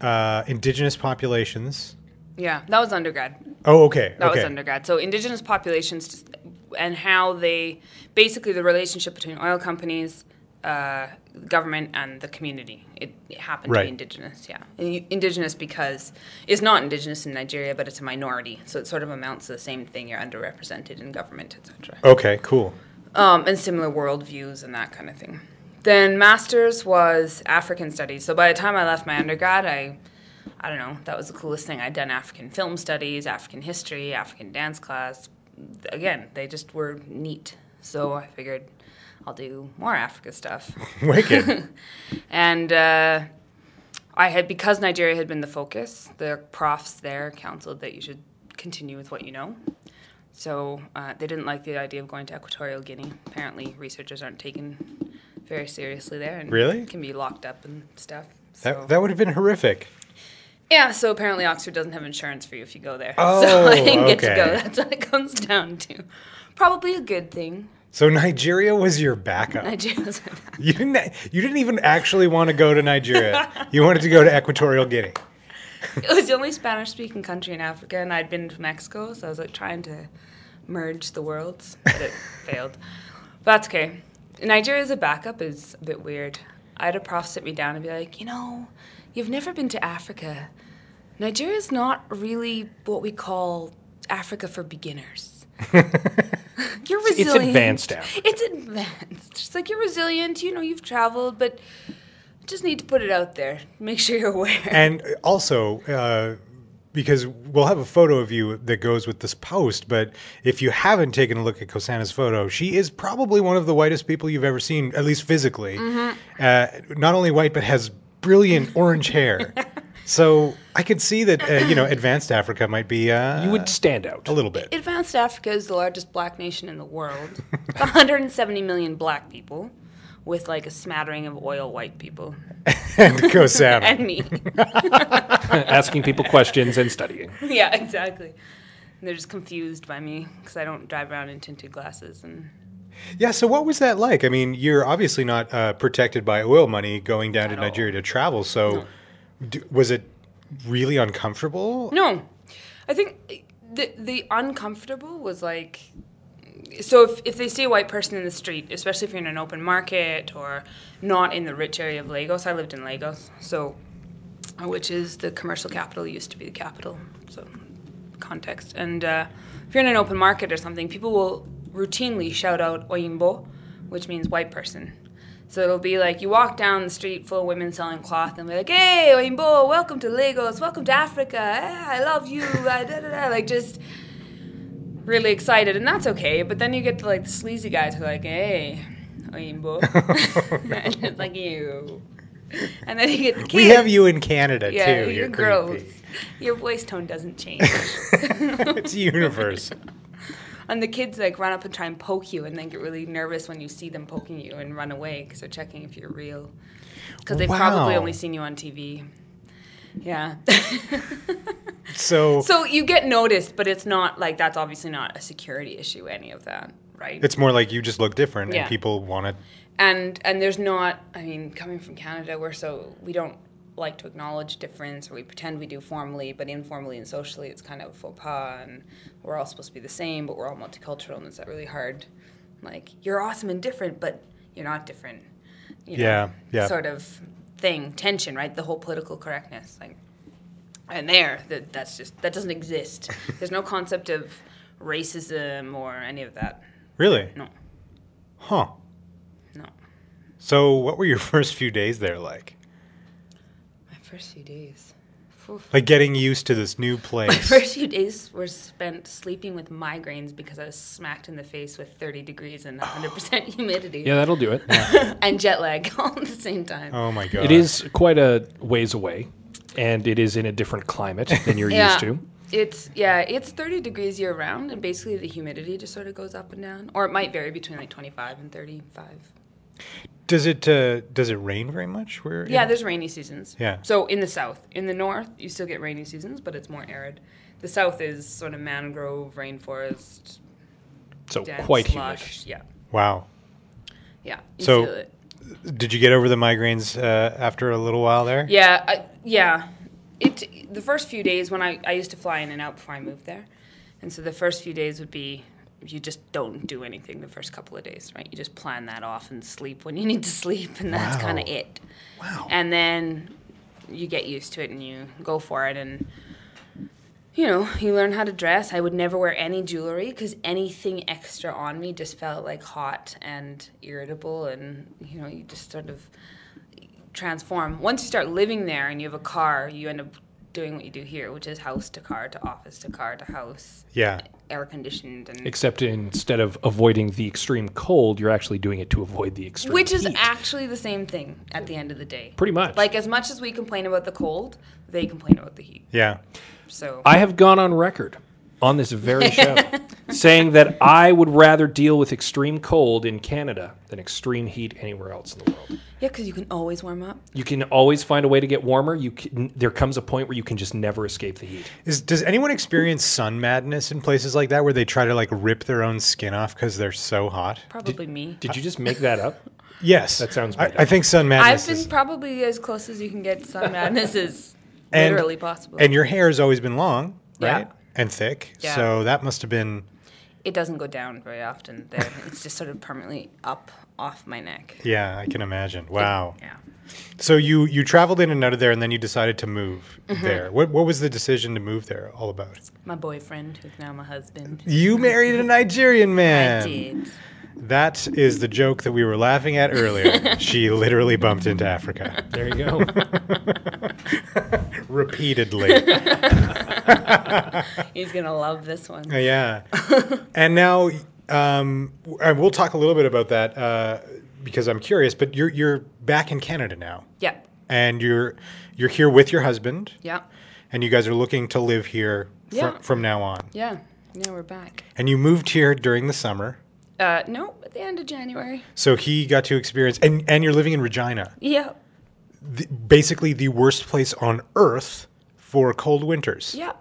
uh, indigenous populations. Yeah, that was undergrad. Oh, okay. That okay. was undergrad. So indigenous populations just- and how they basically the relationship between oil companies, uh, government, and the community. It, it happened to Right. be indigenous. Yeah, And indigenous because it's not indigenous in Nigeria, but it's a minority. So it sort of amounts to the same thing. You're underrepresented in government, etc. Okay, cool. Um, and similar worldviews and that kind of thing. Then master's was African studies. So by the time I left my undergrad, I I don't know. That was the coolest thing. I'd done African film studies, African history, African dance class. Again, they just were neat. So I figured I'll do more Africa stuff. Wicked. And uh, I had, because Nigeria had been the focus, the profs there counseled that you should continue with what you know. So uh, they didn't like the idea of going to Equatorial Guinea. Apparently, researchers aren't taken very seriously there and Really? can be locked up and stuff. So- that that would have been horrific. yeah, so apparently Oxford doesn't have insurance for you if you go there. Oh, so I didn't get to go. okay. That's what it comes down to. Probably a good thing. So Nigeria was your backup. Nigeria's You didn't. You didn't even actually want to go to Nigeria. you wanted to go to Equatorial Guinea. it was the only Spanish speaking country in Africa, and I'd been to Mexico, so I was like trying to merge the worlds, but it failed. But that's okay. Nigeria as a backup is a bit weird. I had a prof sit me down and be like, you know, you've never been to Africa. Nigeria's not really what we call Africa for beginners. you're resilient. It's advanced Africa. It's advanced. It's like you're resilient. You know, you've traveled, but just need to put it out there. Make sure you're aware. And also, uh, because we'll have a photo of you that goes with this post, but if you haven't taken a look at Kosana's photo, she is probably one of the whitest people you've ever seen, at least physically. Mm-hmm. Uh, not only white, but has brilliant orange hair. so I could see that, uh, you know, advanced Africa might be uh, You would stand out. a little bit. Advanced Africa is the largest black nation in the world. It's 170 million black people, with like a smattering of oil white people and Kosana. and me. asking people questions and studying. yeah, exactly. And they're just confused by me because I don't drive around in tinted glasses and Yeah, so what was that like? I mean, you're obviously not uh, protected by oil money going down to all. Nigeria to travel. So, d- was it really uncomfortable? No, I think the the uncomfortable was like. So if, if they see a white person in the street, especially if you're in an open market or not in the rich area of Lagos, I lived in Lagos, so which is the commercial capital used to be the capital, so context. And uh, if you're in an open market or something, people will routinely shout out Oyimbo, which means white person. So it'll be like you walk down the street full of women selling cloth and be like, hey, Oyimbo, welcome to Lagos, welcome to Africa, ah, I love you, ah, da, da, da. like just really excited. And that's okay, but then you get to like the sleazy guys who are like, hey, Oyimbo. and it's like, you. And then you get the kids. We have you in Canada Yeah, too. you're, You're, gross. creepy. Your voice tone doesn't change. it's universe. and the kids like run up and try and poke you, and then get really nervous when you see them poking you and run away because they're checking if you're real. Because they've probably Wow. only seen you on TV. Yeah. So, so you get noticed, but it's not like that's obviously not a security issue, any of that, right? it's more like you just look different, Yeah. and people want to. and and there's not i mean coming from canada we're so we don't like to acknowledge difference or we pretend we do formally but informally and socially it's kind of faux pas and we're all supposed to be the same but we're all multicultural and it's that really hard like you're awesome and different but you're not different you know, Yeah, yeah. sort of thing tension right the whole political correctness like and there that that's just that doesn't exist there's no concept of racism or any of that Really? no Huh. no So, what were your first few days there like? my first few days Like getting used to this new place. First few days were spent sleeping with migraines because I was smacked in the face with 30 degrees and 100% humidity Yeah, that'll do it. and jet lag all at the same time. oh my god! It is quite a ways away, and it is in a different climate than you're yeah. used to. It's yeah, it's 30 degrees year round and basically the humidity just sort of goes up and down or it might vary between like 25 and 35. Does it uh, does it rain very much? Where? Yeah, there's rainy seasons. Yeah. So in the south, in the north, you still get rainy seasons, but it's more arid. The south is sort of mangrove, rainforest, So dense, quite humid. lush. Yeah. Wow. Yeah. You So- feel it. Did you get over the migraines uh, after a little while there? Yeah, I, yeah. It the first few days when I I used to fly in and out before I moved there, and so the first few days would be you just don't do anything the first couple of days, right? You just plan that off and sleep when you need to sleep, and that's Wow. kind of it. Wow. And then you get used to it and you go for it and. You know, you learn how to dress. I would never wear any jewelry because anything extra on me just felt like hot and irritable, and you know, you just sort of transform. Once you start living there and you have a car, you end up doing what you do here, which is house to car to office to car to house, yeah. air conditioned and Except instead of avoiding the extreme cold, you're actually doing it to avoid the extreme which is heat. actually the same thing at the end of the day. pretty much Like as much as we complain about the cold, they complain about the heat. Yeah. So I have gone on record on this very show saying that I would rather deal with extreme cold in Canada than extreme heat anywhere else in the world. yeah, because you can always warm up. You can always find a way to get warmer. You can, there comes a point where you can just never escape the heat. Is, does anyone experience sun madness in places like that where they try to like rip their own skin off because they're so hot? Probably me. Did you just make that up? Yes, That sounds I, made I up. think sun I've madness. been is- probably as close as you can get to sun madness is And- literally possible. and your hair has always been long, Yeah. right? And thick. Yeah. So that must have been. it doesn't go down very often there. It's just sort of permanently up off my neck. Yeah, I can imagine. Wow. Yeah. So you you traveled in and out of there, and then you decided to move Mm-hmm. there. What what was the decision to move there all about? My boyfriend, who's now my husband. You married a Nigerian man. I did. That is the joke that we were laughing at earlier. she literally bumped into Africa There you go. repeatedly. He's gonna love this one. Yeah. and now, um, w- and we'll talk a little bit about that uh, because I'm curious. But you're you're back in Canada now, Yeah. and you're you're here with your husband, Yeah. and you guys are looking to live here fr- Yeah. from now on. Yeah. Now we're back. And you moved here during the summer, Uh, no, at the end of January. so he got to experience. And and you're living in Regina, Yep. the, basically the worst place on earth for cold winters. Yep.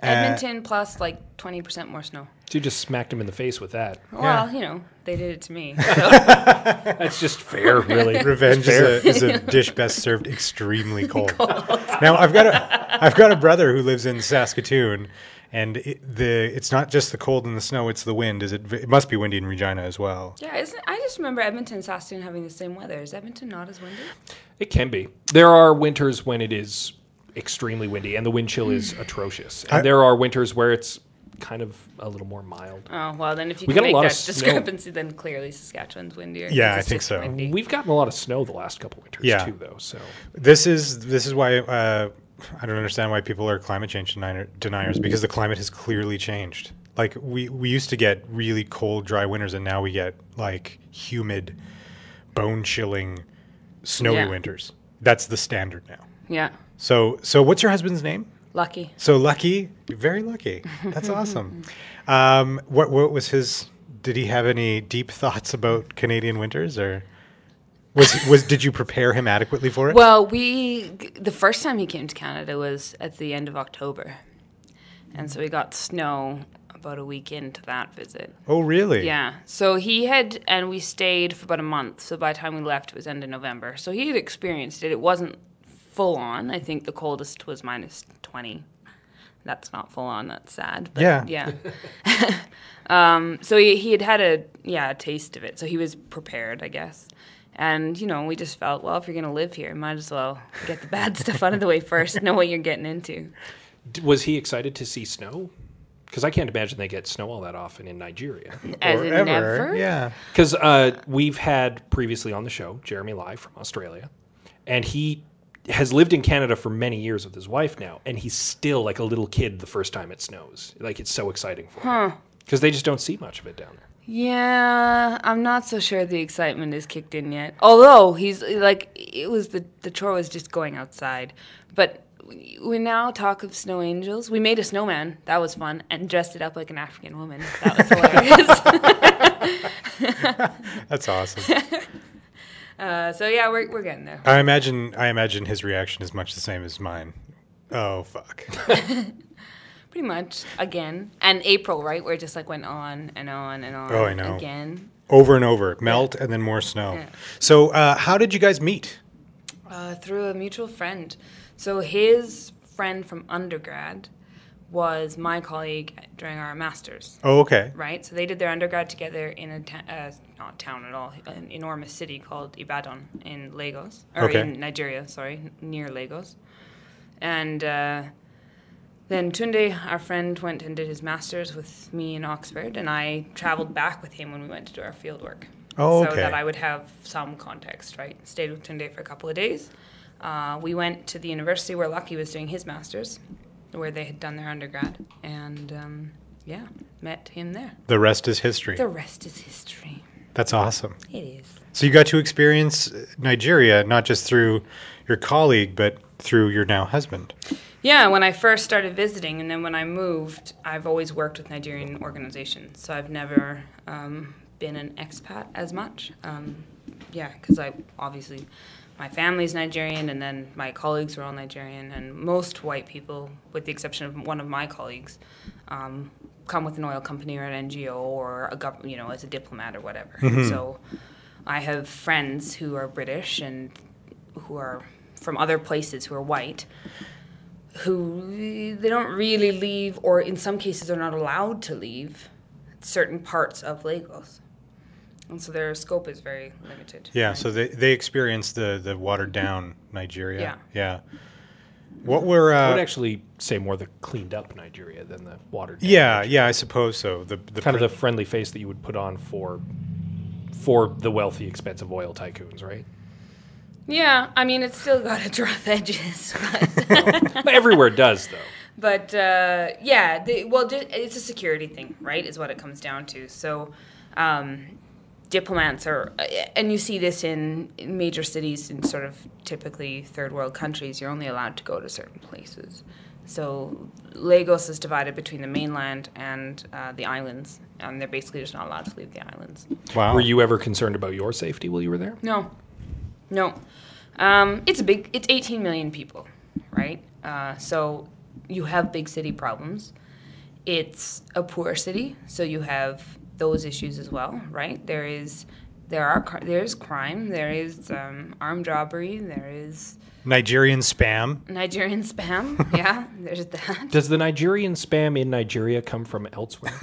Edmonton plus like twenty percent more snow. you just smacked him in the face with that. Well, you know, they did it to me. So That's just fair, really. Revenge is a, is a dish best served extremely cold. Now I've got a I've got a brother who lives in Saskatoon, and it, the it's not just the cold and the snow; it's the wind. Is it? It must be windy in Regina as well. yeah, isn't, I just remember Edmonton and Saskatoon having the same weather. Is Edmonton not as windy? It can be. There are winters when it is extremely windy and the wind chill is atrocious. And Mm. I- there are winters where it's kind of a little more mild. Oh well, then if you We can got a make lot of that snow. discrepancy, then clearly Saskatchewan's windier. 'cause Yeah, I it's think just so. windy. We've gotten a lot of snow the last couple winters Yeah. too though, so This is this is why uh, I don't understand why people are climate change denier, deniers because the climate has clearly changed. Like we we used to get really cold, dry winters, and now we get like humid, bone chilling, snowy Yeah. winters. That's the standard now. Yeah, So so what's your husband's name? lucky. So lucky, very lucky. That's awesome. Um, what what was his? Did he have any deep thoughts about Canadian winters, or was he- was did you prepare him adequately for it? Well, we the first time he came to Canada was at the end of October, and so we got snow about a week into that visit. oh, really? Yeah. So he had, and we stayed for about a month. So by the time we left, it was end of November. So he had experienced it. It wasn't full on. I think the coldest was minus 20. That's not full on. That's sad. But Yeah. Yeah. um, so he, he had had a, yeah, a taste of it. So he was prepared, I guess. And, you know, we just felt, well, if you're going to live here, you might as well get the bad stuff out of the way first, know what you're getting into. D- was he excited to see snow? Because I can't imagine they get snow all that often in Nigeria. As Or in ever. never? Yeah. Because uh, we've had previously on the show Jeremy Lai from Australia, and he has lived in Canada for many years with his wife now, and he's still like a little kid the first time it snows. Like it's so exciting for him because they just don't see much of it down there. Yeah, I'm not so sure the excitement is kicked in yet. Although he's like, it was the the chore was just going outside, but we we now talk of snow angels. We made a snowman that was fun and dressed it up like an African woman. That was hilarious. That's awesome. uh, so yeah, we're we're getting there. I imagine I imagine his reaction is much the same as mine. Oh fuck. Pretty much again. And April, right? Where it just like went on and on and on. Oh, I know. Again, Over and over, melt and then more snow. Yeah. So, uh, how did you guys meet? Uh, through a mutual friend. So his friend from undergrad was my colleague during our masters. Oh, okay. right? So they did their undergrad together in a ta- uh, not town at all, an enormous city called Ibadan in Lagos or Okay. in Nigeria, sorry, n- near Lagos. And uh, then Tunde, our friend, went and did his masters with me in Oxford, and I traveled back with him when we went to do our field work. Oh, So okay. that I would have some context, right? Stayed with Tunde for a couple of days. Uh, we went to the university where Lucky was doing his master's, where they had done their undergrad, and um, yeah, met him there. The rest is history. The rest is history. That's awesome. It is. So you got to experience Nigeria not just through your colleague, but through your now husband. Yeah, when I first started visiting, and then when I moved, I've always worked with Nigerian organizations, so I've never um, been an expat as much. Um, yeah, because I obviously my family's Nigerian, and then my colleagues were all Nigerian, and most white people, with the exception of one of my colleagues, um, come with an oil company or an NGO or a gov- you know as a diplomat or whatever. So I have friends who are British and who are from other places who are white who they don't really leave, or in some cases are not allowed to leave certain parts of Lagos. And so their scope is very limited. Yeah, so they, they experienced the, the watered down Nigeria. Yeah. Yeah. What were I uh, would actually say more the cleaned up Nigeria than the watered. down Yeah, yeah, I suppose so. The the kind of pr- the friendly face that you would put on for for the wealthy, expensive oil tycoons, right? Yeah, I mean, it's still got its rough edges, but but everywhere does though. but uh, yeah, they, well, di- it's a security thing, right? Is what it comes down to. So, um, diplomats are, uh, and you see this in, in major cities in sort of typically third world countries. You're only allowed to go to certain places. So Lagos is divided between the mainland and uh, the islands, and they're basically just not allowed to leave the islands. wow. Were you ever concerned about your safety while you were there? No, no. Um, it's a big. It's 18 million people, right? Uh, so you have big city problems. It's a poor city, so you have those issues as well, right? There is, there are, cr- there is crime. There is um, armed robbery. There is Nigerian spam? Nigerian spam. yeah, there's that. Does the Nigerian spam in Nigeria come from elsewhere?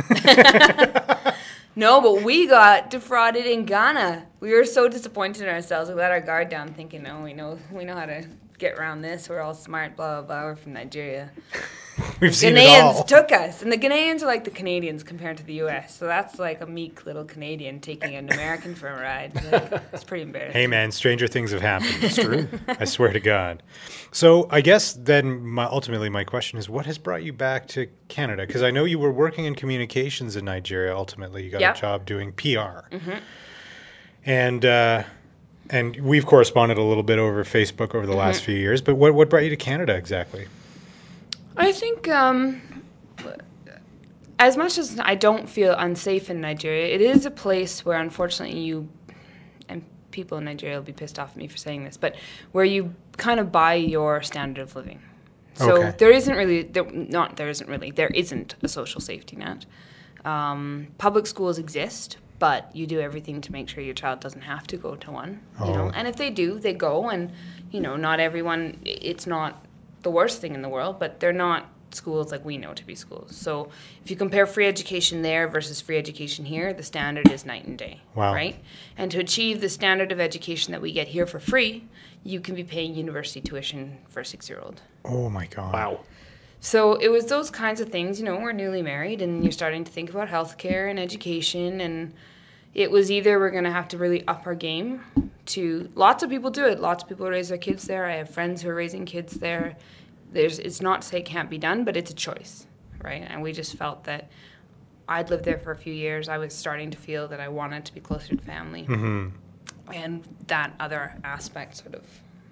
No, but we got defrauded in Ghana. We were so disappointed in ourselves. We let our guard down, thinking, "Oh, we know, we know how to get around this. We're all smart." Blah blah blah. We're from Nigeria. We've seen it all. Ghanaians took us, and the Ghanaians are like the Canadians compared to the U.S. So that's like a meek little Canadian taking an American for a ride. Like, it's pretty embarrassing. Hey man, stranger things have happened. It's true. I swear to God. So I guess then, my, ultimately, my question is, what has brought you back to Canada? Because I know you were working in communications in Nigeria. Ultimately, you got Yep. a job doing PR, and uh, and we've corresponded a little bit over Facebook over the last few years. But what what brought you to Canada exactly? I think, um, as much as I don't feel unsafe in Nigeria, it is a place where unfortunately you, and people in Nigeria will be pissed off at me for saying this, but where you kind of buy your standard of living. So Okay. there isn't really, there, not there isn't really, there isn't a social safety net. Um, public schools exist, but you do everything to make sure your child doesn't have to go to one. You know, and if they do, they go, and you know, not everyone. i- It's not the worst thing in the world, but they're not schools like we know to be schools. So if you compare free education there versus free education here, the standard is night and day. Wow. Right. And to achieve the standard of education that we get here for free, you can be paying university tuition for a six-year-old. Oh my God! wow. So it was those kinds of things, you know, we're newly married and you're starting to think about healthcare and education and it was either we're going to have to really up our game to lots of people do it. Lots of people raise their kids there. I have friends who are raising kids there. There's it's not to say it can't be done, but it's a choice, right? And we just felt that I'd lived there for a few years. I was starting to feel that I wanted to be closer to family. And that other aspect sort of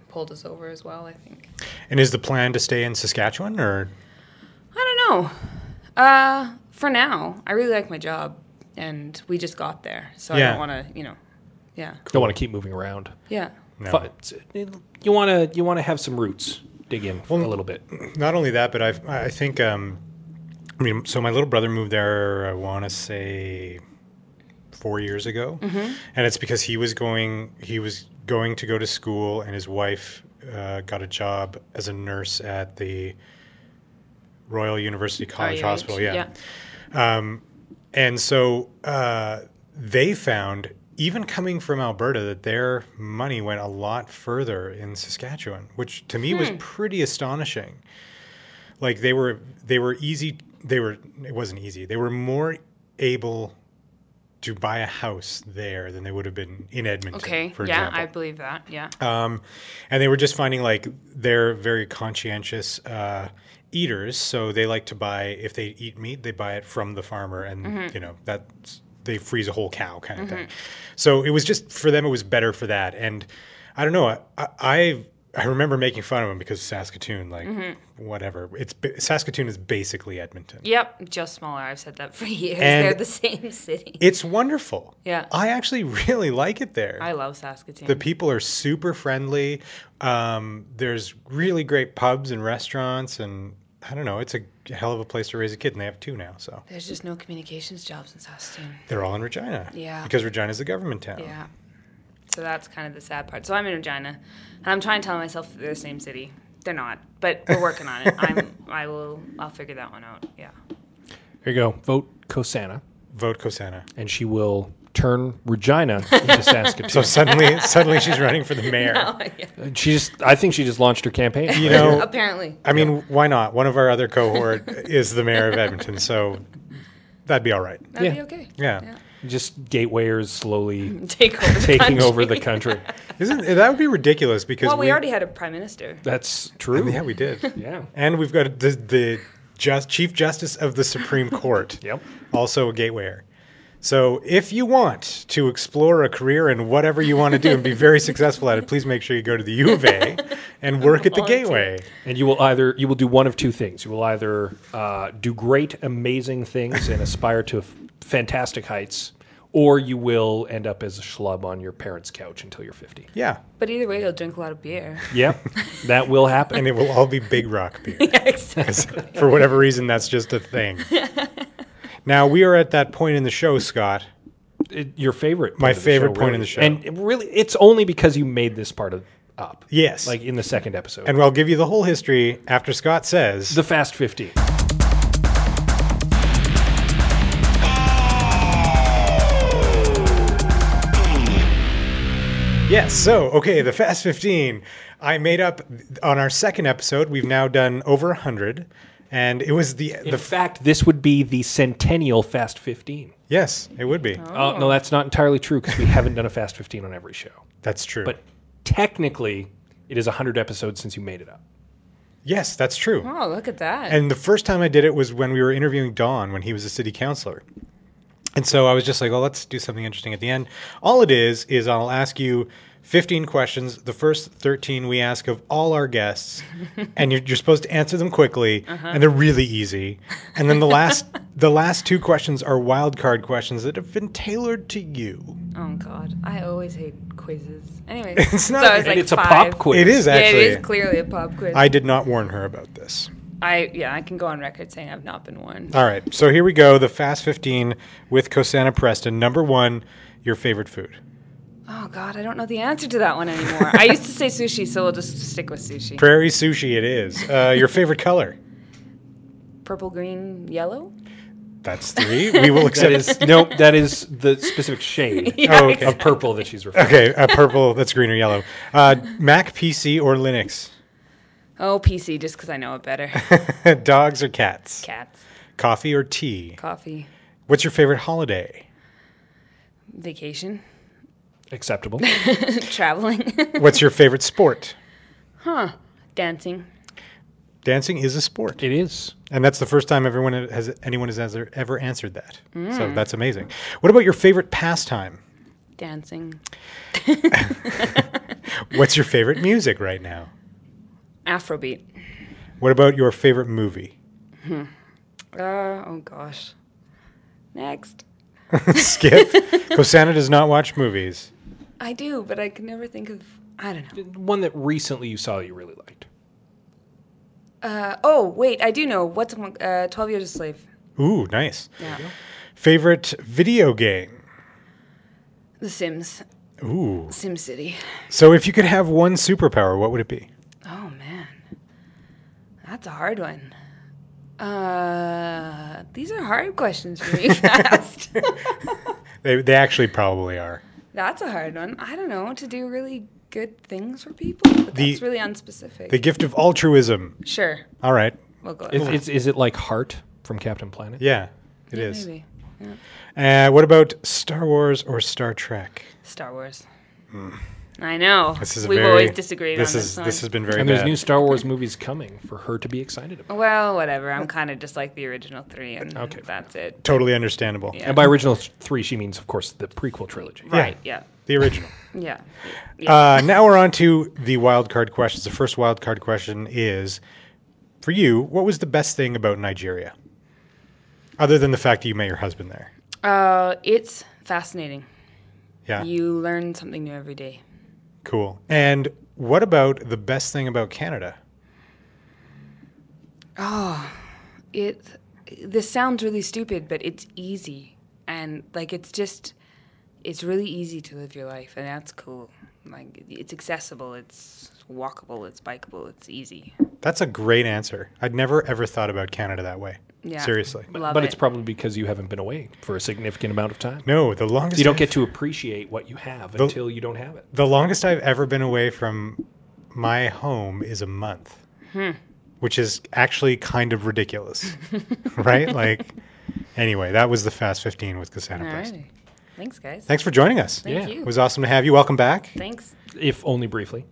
pulled us over as well, I think. And is the plan to stay in Saskatchewan or? I don't know. Uh, for now, I really like my job, and we just got there, so I Yeah. don't want to, you know, yeah, Don't want to keep moving around. yeah. No. Fu- it's- it- You want to you want to have some roots. Dig in for a little bit. not only that, but I've, I think, um, I mean, so my little brother moved there, I want to say four years ago. And it's because he was going, he was going to go to school and his wife uh, got a job as a nurse at the Royal University College RUH, Hospital. yeah. And so uh, they found, even coming from Alberta, that their money went a lot further in Saskatchewan, which to me was Hmm. pretty astonishing. Like they were, they were easy. They were. It wasn't easy. They were more able to buy a house there than they would have been in Edmonton. Okay, for yeah, example I believe that. Yeah, um, and they were just finding like they're very conscientious uh, eaters, so they like to buy if they eat meat, they buy it from the farmer, and Mm-hmm. you know that they freeze a whole cow kind of thing. So it was just for them, it was better for that. And I don't know, I I, I remember making fun of them because Saskatoon, like Mm-hmm. whatever, it's ba- Saskatoon is basically Edmonton. yep, just smaller. I've said that for years. And- They're the same city. It's wonderful. Yeah. I actually really like it there. I love Saskatoon. The people are super friendly. Um, there's really great pubs and restaurants, and I don't know, it's a hell of a place to raise a kid, and they have two now, so There's just no communications jobs in Saskatoon. they're all in Regina. Yeah. because Regina's a government town. Yeah. So that's kind of the sad part. So I'm in Regina, and I'm trying to tell myself that they're the same city. They're not, but we're working on it. I'm. I will. I'll figure that one out. Yeah. There you go. Vote Kosana, Vote Cosana. and she will turn Regina into Saskatoon. So suddenly, suddenly she's running for the mayor. she just, I think she just launched her campaign. You know, Apparently. I mean, why not? One of our other cohort is the mayor of Edmonton, so that'd be all right. That'd Yeah. be okay. Yeah. just gatewayers slowly Take over. the taking country. over the country. Isn't that would be ridiculous because Well, we, already had a prime minister. That's true. Yeah, we did. Yeah. And we've got the the just Chief Justice of the Supreme Court. Yep. Also a gatewayer. So if you want to explore a career in whatever you want to do and be very successful at it, please make sure you go to the U of A and work at the Gateway. And you will either you will do one of two things. You will either uh, do great, amazing things and aspire to f- fantastic heights, or you will end up as a schlub on your parents' couch until you're 50. Yeah. But either way, he'll drink a lot of beer. Yep, that will happen. And it will all be Big Rock beer. Exactly. For whatever reason, that's just a thing. Now we are at that point in the show, Scott. It- your favorite, point My of the favorite show, point in really. the show. and it really, it's only because you made this part of up. Yes. like in the second episode, and I'll give you the whole history after Scott says the Fast 50. Yes. So, okay, the Fast 15. I made up on our second episode. We've now done over 100. And it was the. In the fact, this would be the centennial Fast 15. yes, it would be. Oh, no, that's not entirely true because we haven't done a Fast 15 on every show. That's true. But technically, it is 100 episodes since you made it up. yes, that's true. Oh, look at that. And the first time I did it was when we were interviewing Don when he was a city councilor. And so I was just like, well, let's do something interesting at the end. All it is, is I'll ask you 15 questions. The first 13 we ask of all our guests, and you're, you're supposed to answer them quickly, Uh-huh. and they're really easy. And then the last, the last two questions are wild card questions that have been tailored to you. oh God, I always hate quizzes. Anyway, It's not- so I was And like it's a five. pop quiz. It is Yeah, actually. it is clearly a pop quiz. I did not warn her about this. I yeah, I can go on record saying I've not been warned. Uh, All right, so here we go. The Fast 15 with Cosanna Preston. Number one, your favorite food. Oh God, I don't know the answer to that one anymore. I used to say sushi, so we'll just stick with sushi. Prairie sushi, it is. Uh, your favorite color? Purple, green, yellow. That's three. We will That accept. is nope. That is the specific shade oh, okay. of purple that she's referring. okay, uh, purple. That's green or yellow. Uh, Mac, PC, or Linux? Oh, PC, just because I know it better. Dogs or cats? Cats, Coffee or tea? coffee, What's your favorite holiday? vacation, To. Acceptable. traveling, What's your favorite sport? dancing. Dancing is a sport, It is. and that's the first time everyone has anyone has ever, ever answered that. Mm. So that's amazing. What about your favorite pastime? Dancing. What's your favorite music right now? Afrobeat. What about your favorite movie? Uh, oh gosh. Next. Skip. Cosanna does not watch movies. I do, but I can never think of. I don't know. One that recently you saw you really liked. Uh, oh, wait, I do know. What's among- uh, 12 Years a Slave? Ooh, nice. Yeah. Favorite video game? The Sims. Ooh. Sim City. So if you could have one superpower, what would it be? Oh, man. That's a hard one. Uh, these are hard questions for me fast. They, they actually probably are. That's a hard one. I don't know. To do really good things for people? But The- that's really unspecific. The gift of altruism. sure. All right. We'll go with Is, that. is, is it like Heart from Captain Planet? Yeah, it is. Maybe. Uh, what about Star Wars or Star Trek? Star Wars. I know. Hmm. This is a We've very, always disagreed this on is, this one. This has been very And there's bad. new Star Wars movies coming for her to be excited about. Well, whatever. I'm kind of just like the original three, and that's it. Totally understandable. Yeah. And by original th- three, she means, of course, the prequel trilogy. Right. Yeah. The original. Yeah. Uh, now we're on to the wild card questions. The first wild card question is for you, what was the best thing about Nigeria? Other than the fact that you met your husband there. Uh, it's fascinating. Yeah. You learn something new every day. cool. And what about the best thing about Canada? It. This sounds really stupid, but it's easy, and like it's just, it's really easy to live your life, and that's cool. Like it's accessible, it's walkable, it's bikeable, it's easy. That's a great answer. I'd never ever thought about Canada that way. Yeah. Seriously. Love but it. it's probably because you haven't been away for a significant amount of time. No, the longest You don't I- get to appreciate what you have until you don't have it. the longest I've ever been away from my home is a month, Hmm. which is actually kind of ridiculous, right? Like, anyway, that was the Fast 15 with Cassandra. All Price. right. Thanks, guys. Thanks for joining us. Thank Yeah. you. It was awesome to have you. Welcome back Thanks If only briefly.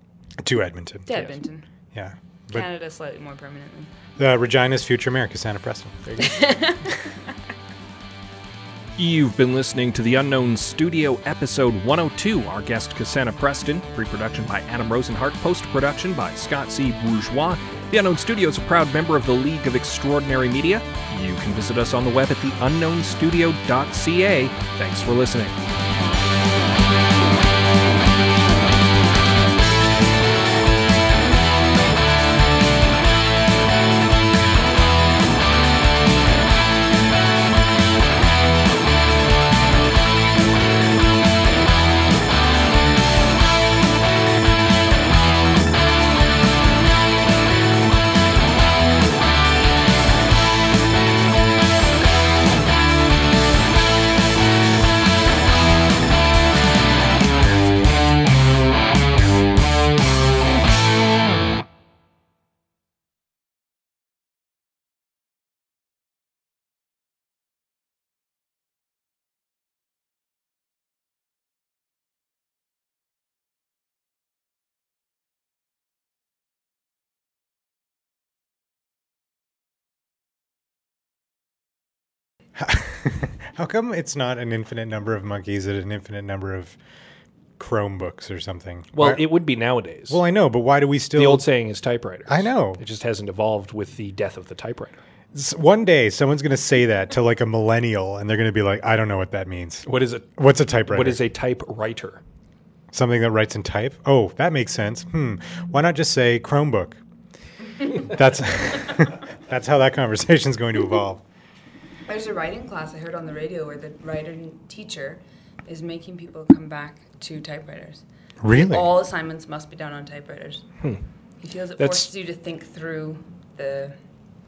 to Edmonton. to Edmonton. Yeah. But Canada slightly more permanently. uh, Regina's future mayor, Cassandra Preston. You've been listening to The Unknown Studio, episode 102. Our guest, Cassandra Preston. Pre production by Adam Rosenhart. Post production by Scott C. Bourgeois. The Unknown Studio is a proud member of the League of Extraordinary Media. You can visit us on the web at theunknownstudio.ca. Thanks for listening. How come it's not an infinite number of monkeys and an infinite number of Chromebooks or something? Well, Why- it would be nowadays. well, I know, but why do we still? the old saying is typewriters. I know. It just hasn't evolved with the death of the typewriter. S- One day, someone's going to say that to like a millennial, and they're going to be like, "I don't know what that means. What is it? What's a typewriter? What is a typewriter? Something that writes in type? Oh, that makes sense. Hmm. Why not just say Chromebook? That's that's how that conversation's going to evolve. There's a writing class I heard on the radio where the writing teacher is making people come back to typewriters. Really? All assignments must be done on typewriters. He feels Hmm. That's- it forces you to think through the.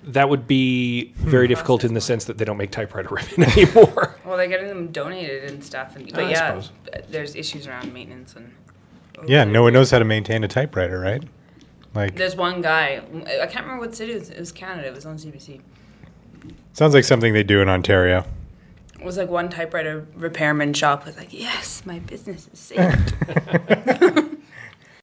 That would be Hmm. very difficult in the sense that they don't make typewriter ribbon anymore. Well, they're getting them donated and stuff, and but I yeah, suppose. th- there's issues around maintenance and. Yeah. No one knows how to maintain a typewriter, right? Like, There's one guy. I can't remember what city it was. It was Canada. It was on CBC. sounds like something they do in Ontario. It was like one typewriter repairman shop was like, "Yes, my business is saved."